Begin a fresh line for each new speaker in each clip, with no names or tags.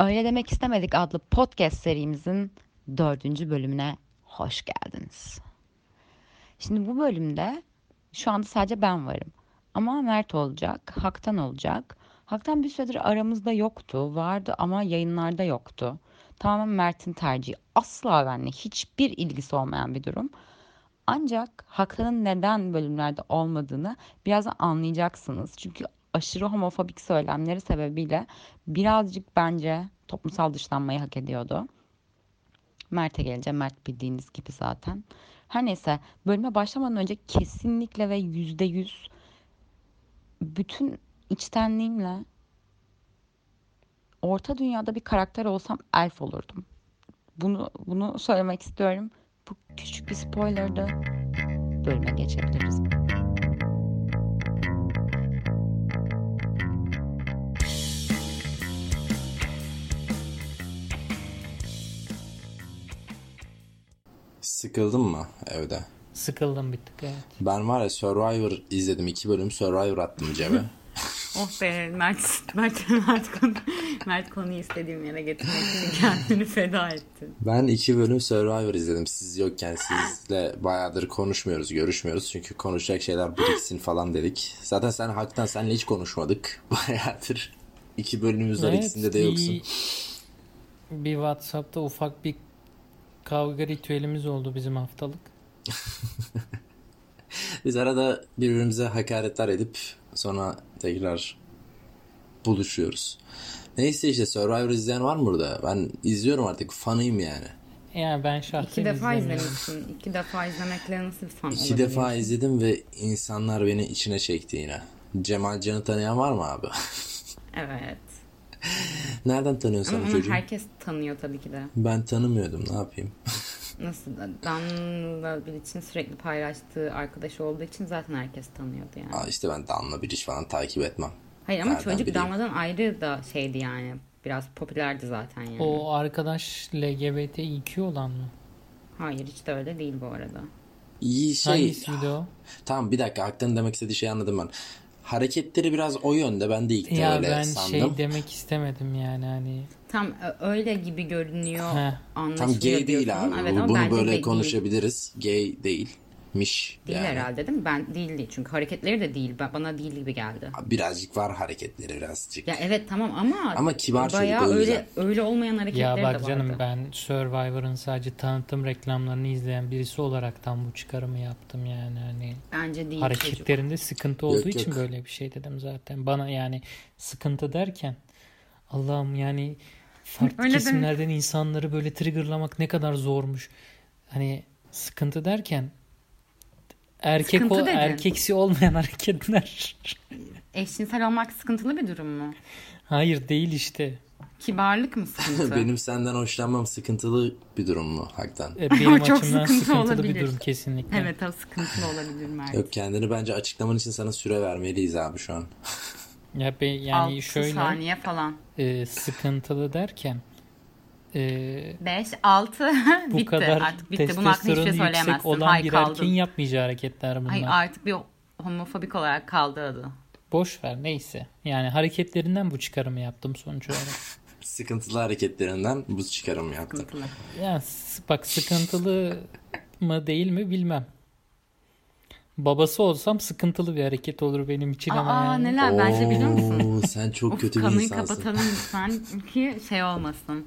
Öyle Demek İstemedik adlı podcast serimizin dördüncü bölümüne hoş geldiniz. Şimdi bu bölümde şu anda sadece ben varım. Ama Mert olacak, Hak'tan olacak. Hak'tan bir süredir aramızda yoktu, vardı ama yayınlarda yoktu. Tamamen Mert'in tercihi. Asla benimle hiçbir ilgisi olmayan bir durum. Ancak Hak'tan'ın neden bölümlerde olmadığını birazdan anlayacaksınız. Çünkü aşırı homofobik söylemleri sebebiyle birazcık bence toplumsal dışlanmayı hak ediyordu. Mert'e geleceğim. Mert bildiğiniz gibi zaten. Her neyse bölüme başlamadan önce kesinlikle ve yüzde yüz bütün içtenliğimle orta dünyada bir karakter olsam elf olurdum. Bunu bunu söylemek istiyorum. Bu küçük bir spoilerdı. Bölüme geçebiliriz.
Sıkıldın mı evde?
Sıkıldım bir tık evet.
Ben var ya Survivor izledim. iki bölüm Survivor attım cebe.
Oh be Mert, Mert, Mert, konu, Mert konuyu istediğim yere getirmek için kendini feda ettin.
ben iki bölüm Survivor izledim. Siz yokken sizle bayağıdır konuşmuyoruz, görüşmüyoruz. Çünkü konuşacak şeyler biriksin falan dedik. Zaten sen haktan senle hiç konuşmadık. Bayağıdır. İki bölümümüz var
Evet,
ikisinde de
bir-
yoksun.
Bir Whatsapp'ta ufak bir kavga ritüelimiz oldu bizim haftalık.
Biz arada birbirimize hakaretler edip sonra tekrar buluşuyoruz. Neyse işte Survivor izleyen var mı burada? Ben izliyorum artık fanıyım yani.
Yani ben
İki
şahsen
defa
izlemiyorum.
izlemişsin. İki defa izlemekle nasıl fan
İki
olabilir?
defa izledim ve insanlar beni içine çekti yine. Cemal Can'ı tanıyan var mı abi?
Evet.
Nereden tanıyorsun
Ama
sen bu
onu
çocuğu?
herkes tanıyor tabii ki de.
Ben tanımıyordum ne yapayım?
Nasıl da Damla için sürekli paylaştığı arkadaş olduğu için zaten herkes tanıyordu yani.
Aa, işte ben Damla Bilic falan takip etmem.
Hayır ama
nereden
çocuk
bileyim?
Damla'dan ayrı da şeydi yani. Biraz popülerdi zaten yani.
O arkadaş LGBTİQ olan mı?
Hayır hiç de öyle değil bu arada.
İyi şey...
Hangisiydi o?
Tamam bir dakika Aktan demek istediği şeyi anladım ben. Hareketleri biraz o yönde ben de ilk de
Ya
ah, öyle
ben
sandım.
şey demek istemedim yani hani.
Tam ö- öyle gibi görünüyor.
Heh.
Tam
anlaşılıyor
gay değil
diyorsun.
abi.
Evet
Bu-
ama
Bunu
bence
böyle
gay değil.
konuşabiliriz. Gay değil. Miş
Değil
yani.
herhalde değil mi? Ben değil değil. Çünkü hareketleri de değil. Ben- Bana değil gibi geldi.
Birazcık var hareketleri birazcık.
Ya evet tamam ama
Ama kibar çocuk,
bayağı
o yüzden.
öyle öyle olmayan hareketleri
Ya
de
bak
vardı.
canım ben Survivor'ın sadece tanıtım reklamlarını izleyen birisi olaraktan bu çıkarımı yaptım yani hani.
Bence değil çocuk.
hareketlerinde sıkıntı olduğu
Yok,
için
yok.
böyle bir şey dedim zaten. Bana yani sıkıntı derken Allah'ım yani farklı
Öyle
kesimlerden insanları böyle triggerlamak ne kadar zormuş. Hani sıkıntı derken erkek
Sıkıntı
o
dedin.
erkeksi olmayan hareketler.
Eşcinsel olmak sıkıntılı bir durum mu?
Hayır değil işte.
Kibarlık mı sıkıntı?
Benim senden hoşlanmam sıkıntılı bir durum mu Haktan?
E, Benim
Çok
açımdan
sıkıntı
sıkıntılı
olabilir.
bir durum kesinlikle.
Evet o sıkıntılı olabilir Mert.
Yok kendini bence açıklaman için sana süre vermeliyiz abi şu an.
Ya be, yani
Yani 6
şöyle
saniye falan.
e, sıkıntılı derken e,
5, 6
bu
bitti
kadar
artık bitti. Bunun hakkında hiçbir şey
testosteronu yüksek
söyleyemezsin.
olan
Hay
bir
kaldı.
erkeğin yapmayacağı hareketler bunlar.
Ay artık bir homofobik olarak kaldı adı.
Boş ver neyse. Yani hareketlerinden bu çıkarımı yaptım sonuç olarak.
Sıkıntılı hareketlerinden bu çıkarımı yaptım.
Sıkıntılı.
Yani s- bak sıkıntılı mı değil mi bilmem. Babası olsam sıkıntılı bir hareket olur benim için ama
Aa
yani.
neler bence biliyor musun?
Oo, sen çok
Of,
kötü bir
konuyu
insansın.
kapatalım lütfen ki şey olmasın.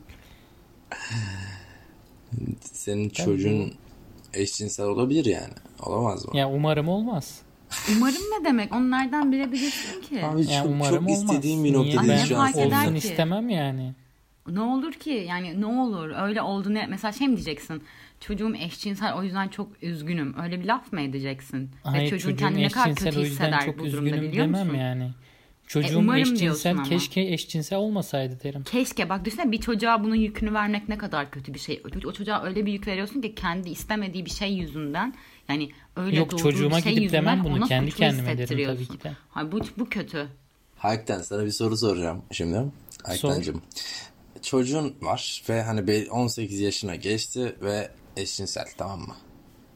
Senin çocuğun eşcinsel olabilir yani. Olamaz mı?
Ya umarım olmaz.
Umarım ne demek? Onu nereden bilebilirsin ki?
Abi
Ya
çok,
umarım
çok
olmaz.
istediğim bir
Niye?
noktadayız
Ben
şu an.
fark
olsun
eder
seninle.
ki.
istemem yani.
Ne olur ki? Yani ne olur? Öyle oldu ne? Mesela şey mi diyeceksin? Çocuğum eşcinsel o yüzden çok üzgünüm. Öyle bir laf mı edeceksin?
Hayır
Ve
çocuğum
E, çocuğun kendini ne kadar
eşcinsel
kötü
o yüzden
hisseder
çok
bu durumda
üzgünüm
biliyor
demem
musun?
yani. Çocuğum
umarım diyorsun
eşcinsel
ama.
keşke eşcinsel olmasaydı derim.
Keşke bak düşünsene bir çocuğa bunun yükünü vermek ne kadar kötü bir şey. O- O çocuğa öyle bir yük veriyorsun ki kendi istemediği bir şey yüzünden yani öyle
Yok,
doğduğu
çocuğuma
bir şey
gidip
yüzünden
demem bunu.
ona
Kendi
suçlu
kendime derim tabii
hissettiriyorsun.
ki de.
Ha, bu, bu kötü.
Hakikaten sana bir soru soracağım şimdi. Hakikancığım. Çocuğun var ve hani be- 18 yaşına geçti ve eşcinsel tamam mı?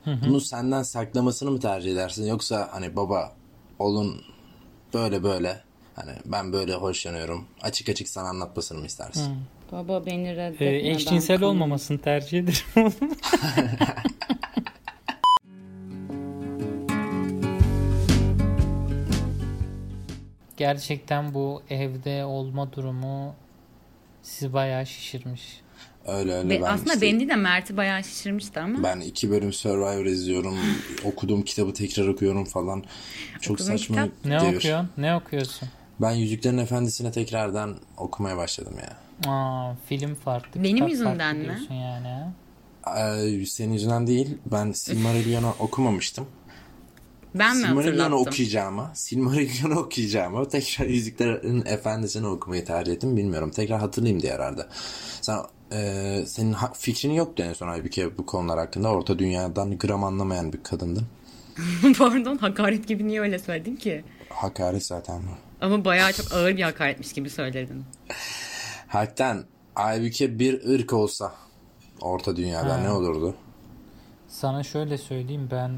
Bunu senden saklamasını mı tercih edersin yoksa hani baba olun böyle böyle hani ben böyle hoşlanıyorum açık açık sana anlatmasını mı istersin?
Baba beni reddetmeden.
Ee, eşcinsel
konuş-
olmamasını tercih ederim. Gerçekten bu evde olma durumu sizi bayağı şişirmiş.
Öyle öyle
Be-
ben
aslında
işte-
beni de Mert'i bayağı şişirmişti ama.
Ben iki bölüm Survivor izliyorum. Okuduğum kitabı tekrar okuyorum falan. Çok
Okuduğun
saçma
kitap?
Ne
devir.
okuyorsun? Ne okuyorsun?
Ben Yüzüklerin Efendisi'ne tekrardan okumaya başladım ya.
Aa, film farklı.
Benim
kitap
yüzümden
farklı
mi?
diyorsun Yani. ha?
Ee, senin yüzünden değil. Ben Silmarillion'u okumamıştım.
Ben mi
Silmarillion'u
hatırlattım?
okuyacağıma, Silmarillion'u okuyacağıma tekrar Yüzüklerin Efendisi'ni okumayı tercih ettim. Bilmiyorum. Tekrar hatırlayayım diye herhalde. Sen e, senin ha- fikrin yoktu en son halbuki bu konular hakkında. Orta dünyadan gram anlamayan bir kadındın.
Pardon hakaret gibi niye öyle söyledin ki?
Hakaret zaten bu.
Ama bayağı çok ağır bir hakaretmiş gibi söyledin.
Hakikaten halbuki bir ırk olsa Orta Dünya'da ne olurdu?
Sana şöyle söyleyeyim ben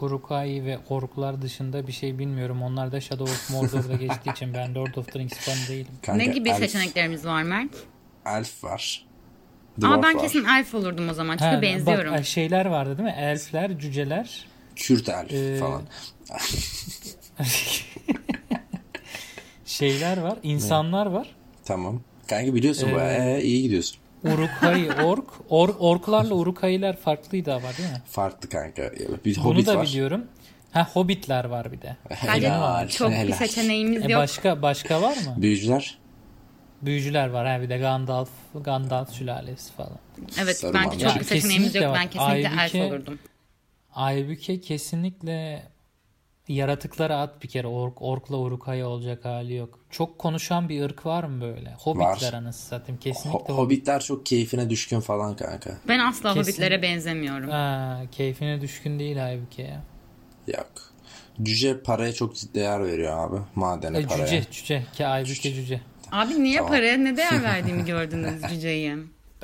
Uruk-hai ve orklar dışında bir şey bilmiyorum. Onlar da Shadow of Mordor'da geçtiği için ben Lord of the Rings fan değilim.
Kanka,
ne gibi
elf,
seçeneklerimiz var Mert?
Elf var.
Ama
Dwarf
ben
var.
kesin elf olurdum o zaman çünkü
Ha,
benziyorum.
Bak şeyler vardı değil mi? Elfler, cüceler.
Kürt elf
Ee,
falan.
şeyler var, insanlar var.
Tamam. Kanka biliyorsun bu. Ee, iyi gidiyorsun.
Uruk-hai, ork. Or, orklarla Uruk-hai'ler farklıydı ama değil mi?
Farklı kanka. Bir
Bunu
hobbit
da
var.
biliyorum. Ha hobbitler var bir de.
Helal,
Bence çok bir
helal.
seçeneğimiz
E
yok.
başka başka var mı?
Büyücüler.
Büyücüler var ha bir de Gandalf, Gandalf sülalesi falan.
Evet
Saruman
bence çok
var.
bir seçeneğimiz
Kesinlikle
yok.
var.
Ben kesinlikle elf
Halbuki-
olurdum.
Aybüke kesinlikle yaratıklara at bir kere. Ork, orkla urukay olacak hali yok. Çok konuşan bir ırk var mı böyle? Hobbitler
Var.
anasını satayım.
Ho-
Kesinlikle hobbit.
hobbitler çok keyfine düşkün falan kanka.
Ben asla
Kesin-
hobbitlere benzemiyorum.
Ha, keyfine düşkün değil Aybüke ya.
Yok. Cüce paraya çok değer veriyor abi. Madene
E,
paraya.
cüce, cüce. Ki Aybüke cüce.
Abi niye paraya ne değer verdiğimi gördünüz cüceyi?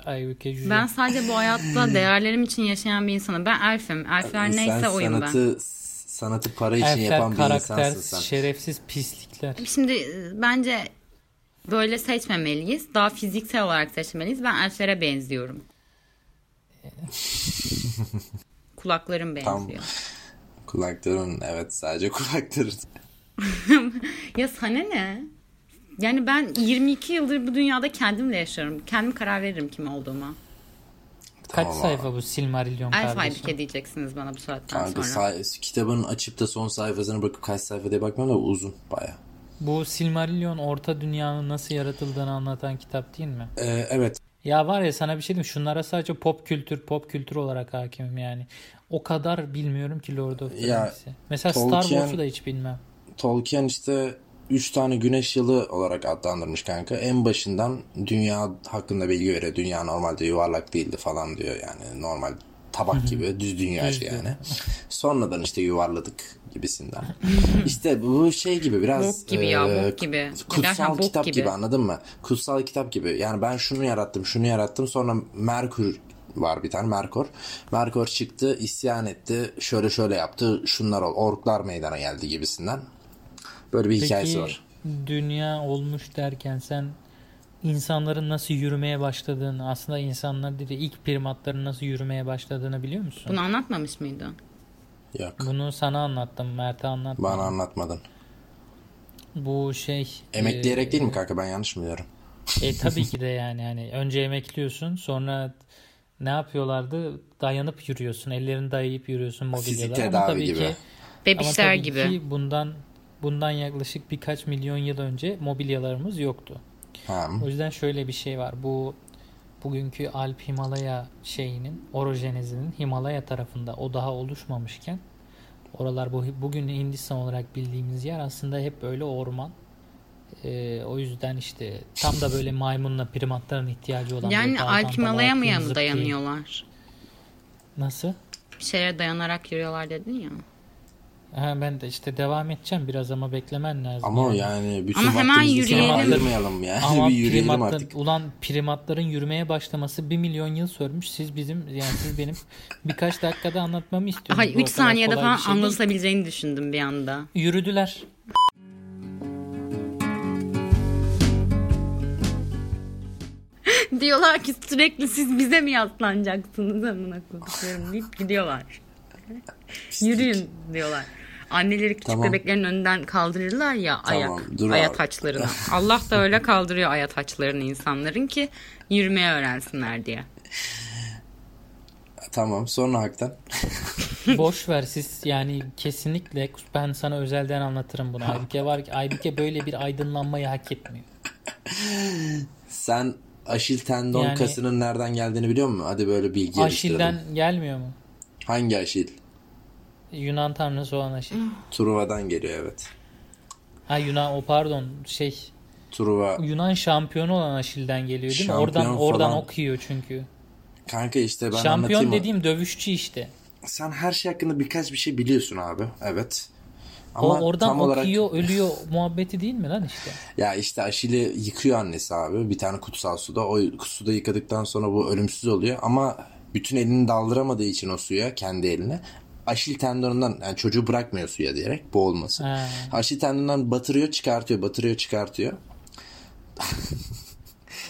Aybüke cüce.
Ben sadece bu hayatta değerlerim için yaşayan bir insanım. Ben elfim. Elfler
Sen
neyse oyum ben.
sanatı, sanatı para için
Elfler
yapan bir
karakter,
insansın sen.
şerefsiz pislikler.
Şimdi e, bence böyle seçmemeliyiz. Daha fiziksel olarak seçmeliyiz. Ben elflere benziyorum. Kulaklarım
Tam
benziyor.
kulakların evet sadece kulakların.
Ya sana ne? Yani ben 22 yıldır bu dünyada kendimle yaşıyorum. Kendim karar veririm kim olduğuma.
Kaç
Tamam abi.
sayfa bu Silmarillion
Elf
kardeşim?
Aybike diyeceksiniz bana bu saatten
Kanka
sonra.
say- kitabın açıp da son sayfasına bakıp kaç sayfa diye bakmam da uzun baya.
Bu Silmarillion orta dünyanın nasıl yaratıldığını anlatan kitap değil mi?
Ee, evet
Ya var ya sana bir şey diyeyim şunlara sadece pop kültür pop kültür olarak hakimim yani. O kadar bilmiyorum ki Lord of the
Ya,
Rings'i. Mesela
Tolkien-
Star Wars'u da hiç bilmem.
Tolkien işte 3 tane güneş yılı olarak adlandırmış kanka. En başından dünya hakkında bilgi veriyor. Dünya normalde yuvarlak değildi falan diyor yani. Normal tabak gibi düz dünya işte yani. Sonradan işte yuvarladık gibisinden. işte bu şey gibi biraz
Bok gibi ya,
e,
bok gibi. Gerçekten
Kutsal
bok
kitap
gibi.
gibi anladın mı? Kutsal kitap gibi. Yani ben şunu yarattım, şunu yarattım. Sonra Merkür var bir tane Merkor. Merkor çıktı, isyan etti. Şöyle şöyle yaptı. Şunlar ol. Orklar meydana geldi gibisinden. Böyle bir hikayesi
Peki
var.
dünya olmuş derken sen insanların nasıl yürümeye başladığını aslında insanlar dedi ilk primatların nasıl yürümeye başladığını biliyor musun?
Bunu anlatmamış mıydı?
Yok.
Bunu sana anlattım Mert'e anlattım.
Bana anlatmadın.
Bu şey
Emekleyerek değil mi kanka? Ben yanlış mı diyorum?
E tabii ki de yani hani önce emekliyorsun sonra ne yapıyorlardı? Dayanıp yürüyorsun. Ellerini dayayıp yürüyorsun mobilyalara.
Fizik
Ama
tedavi
tabii
gibi.
ki
Bebişler
ama tabii
gibi.
ki bundan bundan yaklaşık birkaç milyon yıl önce mobilyalarımız yoktu.
Ha.
O yüzden şöyle bir şey var. Bu bugünkü Alp Himalaya şeyinin orojenezinin Himalaya tarafında o daha oluşmamışken oralar bu bugün Hindistan olarak bildiğimiz yer aslında hep böyle orman. Ee, o yüzden işte tam da böyle maymunla primatların ihtiyacı olan
Yani
böyle dağdan
alkimalaya
dağa
mı ya
atlayıp
mı
zıplayıp-
dayanıyorlar?
Nasıl?
Bir şeye dayanarak yürüyorlar dedin ya.
Ha, ben de işte devam edeceğim biraz ama beklemen lazım.
Ama
yani.
yani bütün
Ama hemen
vaktimizi
yürüyelim.
sana ayırmayalım yani.
Ama
bir yürüyelim
primatlar-
artık.
ulan primatların yürümeye başlaması 1 milyon yıl sürmüş. Siz bizim yani siz benim birkaç dakikada anlatmamı istiyorsunuz.
Hayır
Bu
3
o kadar
saniyede
kolay
falan
bir şey değil.
anlatılabileceğini düşündüm bir anda.
Yürüdüler.
Diyorlar ki sürekli siz bize mi yaslanacaksınız amına koyduklarım deyip gidiyorlar. Yürüyün diyorlar. Anneleri küçük
Tamam.
bebeklerin önünden kaldırırlar ya
Tamam,
ayak,
dur
aya
abi.
taçlarını. Allah da öyle kaldırıyor aya taçlarını insanların ki yürümeye öğrensinler diye.
Tamam sonra haktan.
Boş ver siz yani kesinlikle ben sana özelden anlatırım bunu. Aybike var ki Aybike böyle bir aydınlanmayı hak etmiyor.
Sen Aşil tendon
Yani-
kasının nereden geldiğini biliyor musun? Hadi böyle bilgi
Aşil'den
yarıştıralım.
gelmiyor mu?
Hangi Aşil?
Yunan tanrısı olan Aşil.
Truva'dan geliyor evet.
Ha Yunan o pardon şey
Truva.
Yunan şampiyonu olan Aşil'den geliyor değil mi?
Şampiyon
Oradan oradan
falan.
okuyor çünkü.
Kanka işte ben anlatayım
Şampiyon
mı?
dediğim dövüşçü işte.
Sen her şey hakkında birkaç bir şey biliyorsun abi. Evet.
O
Ama
oradan
tam olarak
okuyor, ölüyor muhabbeti değil mi lan işte?
ya işte Aşil'i yıkıyor annesi abi. Bir tane kutsal suda. O suda yıkadıktan sonra bu ölümsüz oluyor. Ama bütün elini daldıramadığı için o suya kendi eline. Aşil tendonundan yani çocuğu bırakmıyor suya diyerek boğulması.
Ha.
Aşil tendonundan batırıyor çıkartıyor batırıyor çıkartıyor.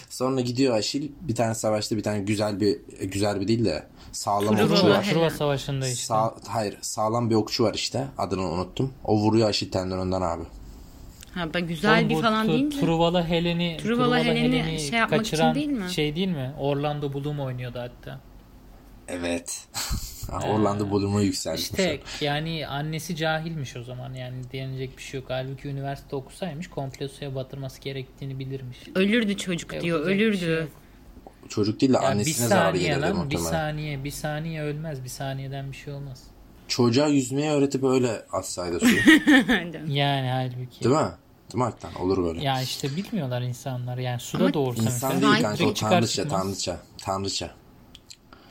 Sonra gidiyor Aşil bir tane savaşta bir tane güzel bir güzel bir değil de sağlam
Truva.
okçu var.
Truva, Truva Savaşı'nda işte.
Sağ, hayır sağlam bir okçu var işte adını unuttum. O vuruyor Aşil tendonundan abi.
Ha ben
Oğlum
güzel bir
bu
falan
tu-
deyince
Truvala Helen'i
Truvala
Truvala
Helen'i
Helen'i,
şey yapmak için
kaçıran
değil mi?
şey değil mi? Orlando Bloom oynuyordu hatta.
Evet. Orlando Bloom'u yükseltmiş.
İşte yani annesi cahilmiş o zaman yani denilecek bir şey yok. Halbuki üniversite okusaymış komplosuya batırması gerektiğini bilirmiş.
ölürdü çocuk diyor
Yapacak bir
ölürdü.
şey yok.
Çocuk değil de
Ya bir
annesine zarar
saniye
gelirdi
lan bir
muhtemelen.
saniye bir saniye ölmez bir saniyeden bir şey olmaz.
Çocuğa yüzmeyi öğretip öyle atsaydı suyu.
Yani halbuki.
değil mi? Değil mi Aktan? Olur böyle.
Ya işte bilmiyorlar insanlar yani
Ama
suda doğursa
İnsan
mesela
değil
Sanki
kanka o
direkt çıkar
tanrıça
çıkmaz.
tanrıça. Tanrıça.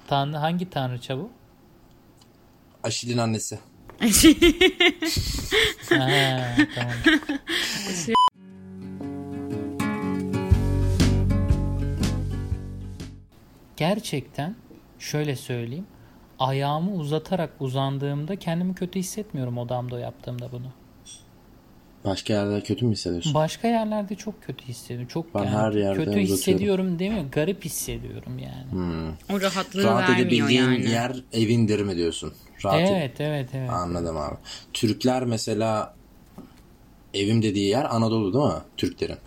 Tanrı, hangi tanrıça bu?
Aşil'in annesi.
Ha, tamam. Gerçekten şöyle söyleyeyim. Ayağımı uzatarak uzandığımda kendimi kötü hissetmiyorum odamda yaptığımda bunu.
Başka yerde kötü mü hissediyorsun?
Başka yerlerde çok kötü hissediyorum. Çok
Ben
yani
her yerde
kötü
uzatıyorum. Hmm,
hissediyorum değil mi? Garip hissediyorum yani. şey.
o rahatlığı
Rahat
vermiyor
edebildiğin
yani.
yer evindir mi diyorsun? Rahat et-
Evet, evet, evet.
Anladım abi. Türkler mesela evim dediği yer Anadolu değil mi? Türklerin.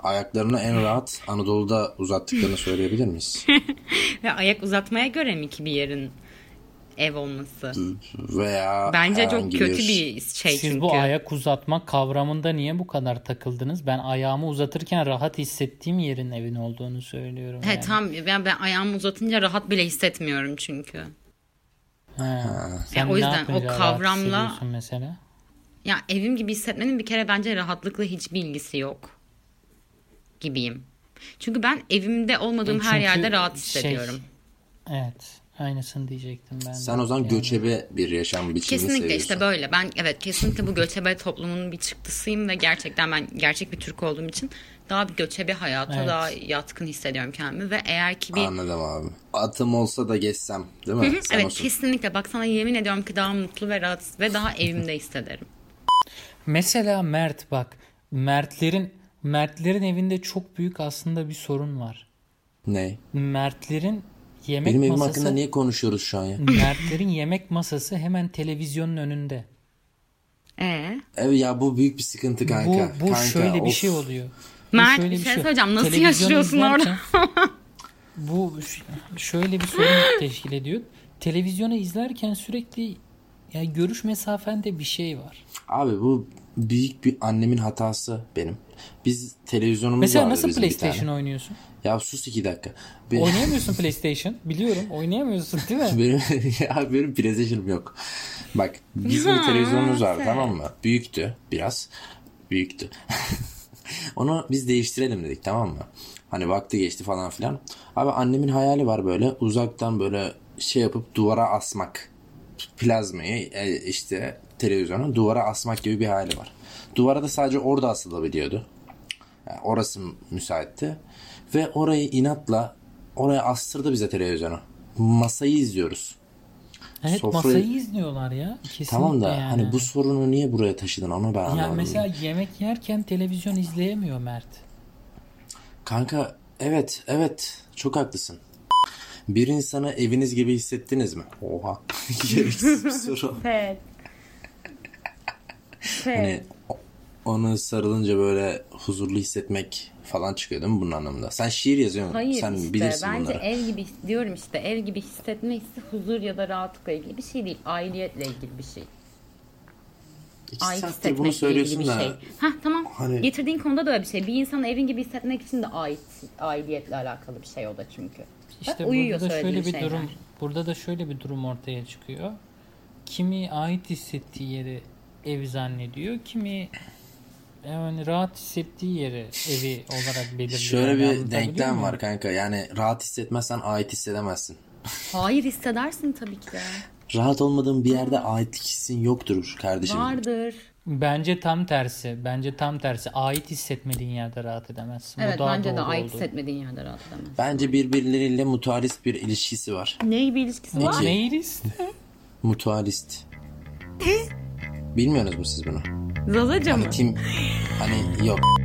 Ayaklarını en rahat Anadolu'da uzattıklarını söyleyebilir miyiz?
Ve ayak uzatmaya göre mi ki bir yerin ev olması?
Veya
Bence çok
herhangi
kötü bir şey
Siz
çünkü.
bu ayak uzatma kavramında niye bu kadar takıldınız? Ben ayağımı uzatırken rahat hissettiğim yerin evin olduğunu söylüyorum.
He
yani.
tam ben, ben ayağımı uzatınca rahat bile hissetmiyorum çünkü.
Ha.
Yani o
ne
yüzden
yapınca
o
rahat
kavramla-
hissediyorsun mesela.
Ya evim gibi hissetmenin bir kere bence rahatlıkla hiçbir ilgisi yok gibiyim. Çünkü ben evimde olmadığım her
Çünkü
yerde rahat
şey-
hissediyorum.
evet. Aynısını diyecektim ben. de.
Sen o zaman
Yani
göçebe bir yaşam biçimini
Kesinlikle
seviyorsun.
işte böyle. Ben evet kesinlikle bu göçebe toplumunun bir çıktısıyım ve gerçekten ben gerçek bir Türk olduğum için daha bir göçebe hayata
Evet.
daha yatkın hissediyorum kendimi ve eğer ki bir
Anladım abi. Atım olsa da geçsem değil
Hı
mi?
hı,
Sen
evet
olsun.
kesinlikle bak sana yemin ediyorum ki daha mutlu ve rahat ve daha evimde hissederim.
Mesela Mert bak. Mertlerin Mertlerin evinde çok büyük aslında bir sorun var.
Ne?
Mertlerin yemek
Benim evim hakkında
masası
niye konuşuyoruz şu an ya?
Mertlerin yemek masası hemen televizyonun önünde.
Ee?
Evet ya bu büyük bir sıkıntı kanka.
Bu bu
Kanka,
şöyle bir
of.
şey oluyor. Bu
Mert,
şöyle
bir şey
oluyor.
söyleyeceğim. Nasıl
Televizyon
yaşıyorsun
izlerken bu ş- şöyle bir sorun teşkil ediyor. Televizyonu izlerken sürekli yani görüş mesafende bir şey var.
Abi bu büyük bir annemin hatası benim. Biz televizyonumuz
Mesela
vardı
nasıl
bizim bir tane.
PlayStation oynuyorsun?
Ya sus iki dakika. Be-
Oynayamıyorsun PlayStation. Biliyorum. Oynayamıyorsun değil mi?
benim, ya benim PlayStation'ım yok. Bak bizim bir televizyonumuz vardı tamam mı? Büyüktü biraz. Büyüktü. Onu biz değiştirelim dedik tamam mı? Hani vakti geçti falan filan. Abi annemin hayali var böyle uzaktan böyle şey yapıp duvara asmak. Plazmayı e, işte televizyonu duvara asmak gibi bir hayali var. Duvara da sadece orada asılabiliyordu. Yani orası müsaitti. Ve orayı inatla oraya astırdı bize televizyonu. Masayı izliyoruz.
Evet
Sofrayı-
masayı izliyorlar ya. Kesinlikle
tamam da
yani.
hani bu sorunu niye buraya taşıdın onu ben
yani
anlamadım.
mesela yemek yerken televizyon izleyemiyor Mert.
Kanka Evet, evet. Çok haklısın. Bir insana eviniz gibi hissettiniz mi? Oha. Gereksiz bir soru.
Pet. Pet.
Hani o- onu sarılınca böyle huzurlu hissetmek falan çıkıyor değil mi bunun anlamında? Sen şiir yazıyorsun.
Hayır
Sen
işte
bilirsin
bence
bunları.
ev gibi diyorum işte ev gibi hissetme hissi huzur ya da rahatlıkla ilgili bir şey değil. Ailetle ilgili bir şey.
İki
Ait
saattir
hissetmekle
bunu
ilgili
söylüyorsun
bir
da.
şey. Hah tamam.
Hani-
Getirdiğin konuda da öyle bir şey. Bir insanın evin gibi hissetmek için de ait aidiyetle alakalı bir şey o da çünkü.
İşte
Bak uyuyor
burada da
söylediğin
şöyle bir
şeyler.
durum, burada da şöyle bir durum ortaya çıkıyor. Kimi ait hissettiği yeri ev zannediyor, kimi yani rahat hissettiği yeri evi olarak
şey.
belirliyor.
Şöyle
Yani
bir
anlatabiliyor
denklem
muyum?
var kanka. Yani rahat hissetmezsen ait hissedemezsin.
Hayır hissedersin tabii ki de.
Rahat olmadığın bir yerde aitlik hissin yoktur kardeşim.
Vardır.
Bence tam tersi. Bence tam tersi. Ait hissetmediğin yerde rahat edemezsin. Bu
Evet
daha
bence de
doğru
ait
oldu.
hissetmediğin yerde rahat edemez.
Bence birbirleriyle mutualist bir ilişkisi var.
Ne bir ilişkisi
Ne,
var?
Peki.
neyi iste?
Mutualist. Bilmiyorsunuz mu siz bunu?
Zazaca mı?
Hani kim hani yok